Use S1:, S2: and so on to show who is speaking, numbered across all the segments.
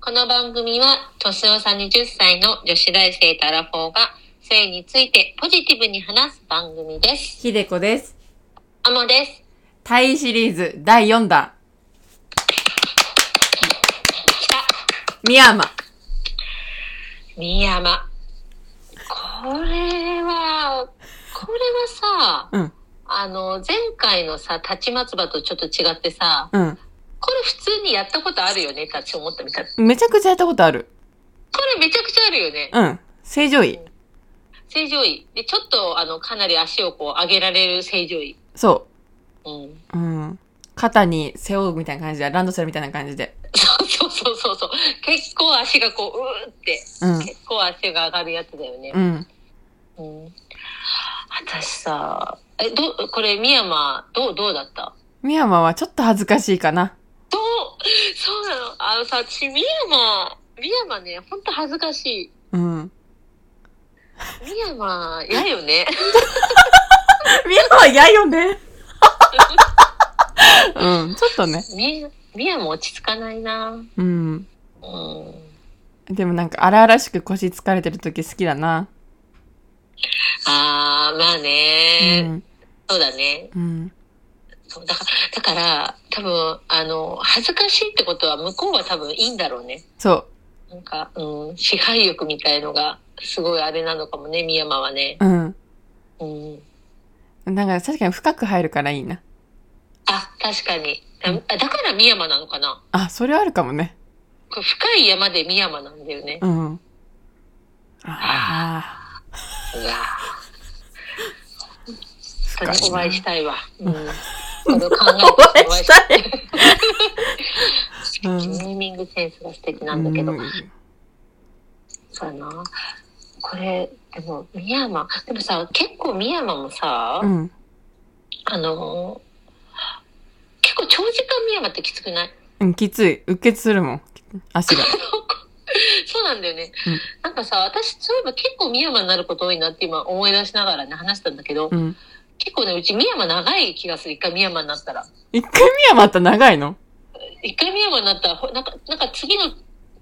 S1: この番組は、年の差20歳の女子大生とアラフォーが、性についてポジティブに話す番組です。
S2: ひでこです。
S1: アモです。
S2: タイシリーズ第4弾、
S1: 来た
S2: ミヤマ。
S1: 三山。これは、これはさ、
S2: うん、
S1: あの、前回のさ、立ち松葉とちょっと違ってさ、
S2: うん。
S1: これ普通にやったことあるよねって私思ったみたい。こ
S2: めちゃくちゃやったことある。
S1: れめちゃくちゃあるよね。
S2: うん。正常位。
S1: 正常位。で、ちょっと、あの、かなり足をこう上げられる正常位。
S2: そ
S1: うん。
S2: う。うん。肩に背負うみたいな感じで、ランドセルみたいな感じで。
S1: そうそうそうそう。結構足がこう、うーって、
S2: うん
S1: 結構足が上がるやつだよね
S2: う。ん。
S1: うん。私さ、え、どう、これ、深山、どう、どうだった
S2: ミヤマはちょっと恥ずかしいかな。
S1: そう、そうなの。あのさ、私、深山、深山ね、ほんと恥ずかしい。
S2: うん。
S1: 深山、嫌よね。
S2: ミヤマは嫌よね。うん、ちょっとね。
S1: み、深山落ち着かないな。
S2: うん。
S1: うん。
S2: でもなんか荒々しく腰疲れてる時好きだな。
S1: あー、まあ
S2: う
S1: ね、
S2: ん。
S1: そうだね。
S2: うん。
S1: そうだから、だから、多分、あの、恥ずかしいってことは、向こうは多分いいんだろうね。
S2: そ
S1: なんか、うん、支配欲みたいのが、すごいあれなのかもね、深山はね。
S2: う。うん。
S1: うん。
S2: なんか確かに深く入るからいいな。
S1: あ、確かに。あだから深山なのかな
S2: あ、それはあるかもね。
S1: これ深い山で深山なんだよね。
S2: うん。ああ。
S1: うわ
S2: 深
S1: 本当にお会いし
S2: い
S1: たいわ。うん。これを考えて
S2: お会いしたい。う
S1: ネーミングセンスが素敵なんだけど。
S2: うん
S1: そうやな。これ、でも、深山、でもさ、結構深山もさ、
S2: うん。
S1: あのー、結構長時間深山ってきつくない
S2: うん、きつい。うっ血するもん。足 が。
S1: そうなんだよね。
S2: うん
S1: なんかさ、私、そういえば結構深山になること多いなって今思い出しながらね、話したんだけど、
S2: うん。
S1: 結構ね、うち深山長い気がする。一回深山になったら。
S2: 一回見はまた長いの
S1: 一回深山になったら、ほなんか、なんか次の、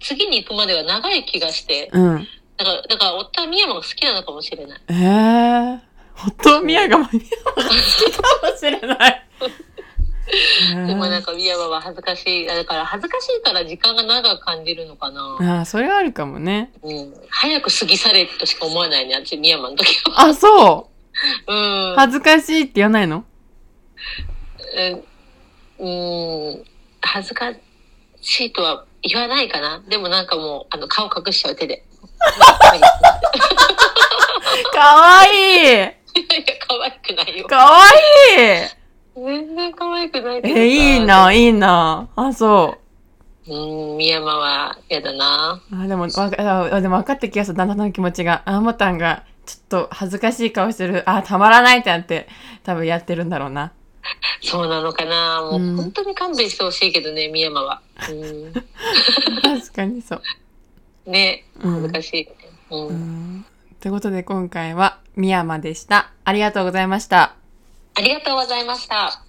S1: 次に行くまでは長い気がして、
S2: うん。
S1: だから、だから、おった深山が好きなのかもしれない。
S2: ええー。ほっとみやがまみやが好きかもしれない。
S1: でもなんか深山は恥ずかしい。だから恥ずかしいから時間が長く感じるのかな。
S2: ああ、それはあるかもね。
S1: うん。早く過ぎ去れとしか思わないね、あっち深山の時 は。
S2: あ、そ
S1: うん
S2: う。。恥ずかしいって言わない の
S1: えうーん、恥ずかしいとは言わないかな。でもなんかもう、あの、顔隠しちゃう 手で。
S2: かわいい
S1: いやいや、可愛くないよ。
S2: かわいいえ
S1: 全然可愛くないけどさ
S2: ー、いい。 な、いいな。あ、そ
S1: う
S2: う。
S1: ーん、宮山は嫌だな。
S2: あでもわかあでも分かってきやす旦那さんの気持ちがあもたんがちょっと恥ずかしい顔してるあたまらないってなって多分やってるんだろうな
S1: そうなのかな。もう、
S2: うん
S1: 本当に勘弁してほしいけどね、宮山は。うん、
S2: 確かにそう、
S1: ね、
S2: うん
S1: 恥ずかしい、ね。うん。
S2: うん、ということで今回は「深山」でしたありがとうございました
S1: ありがとうございました。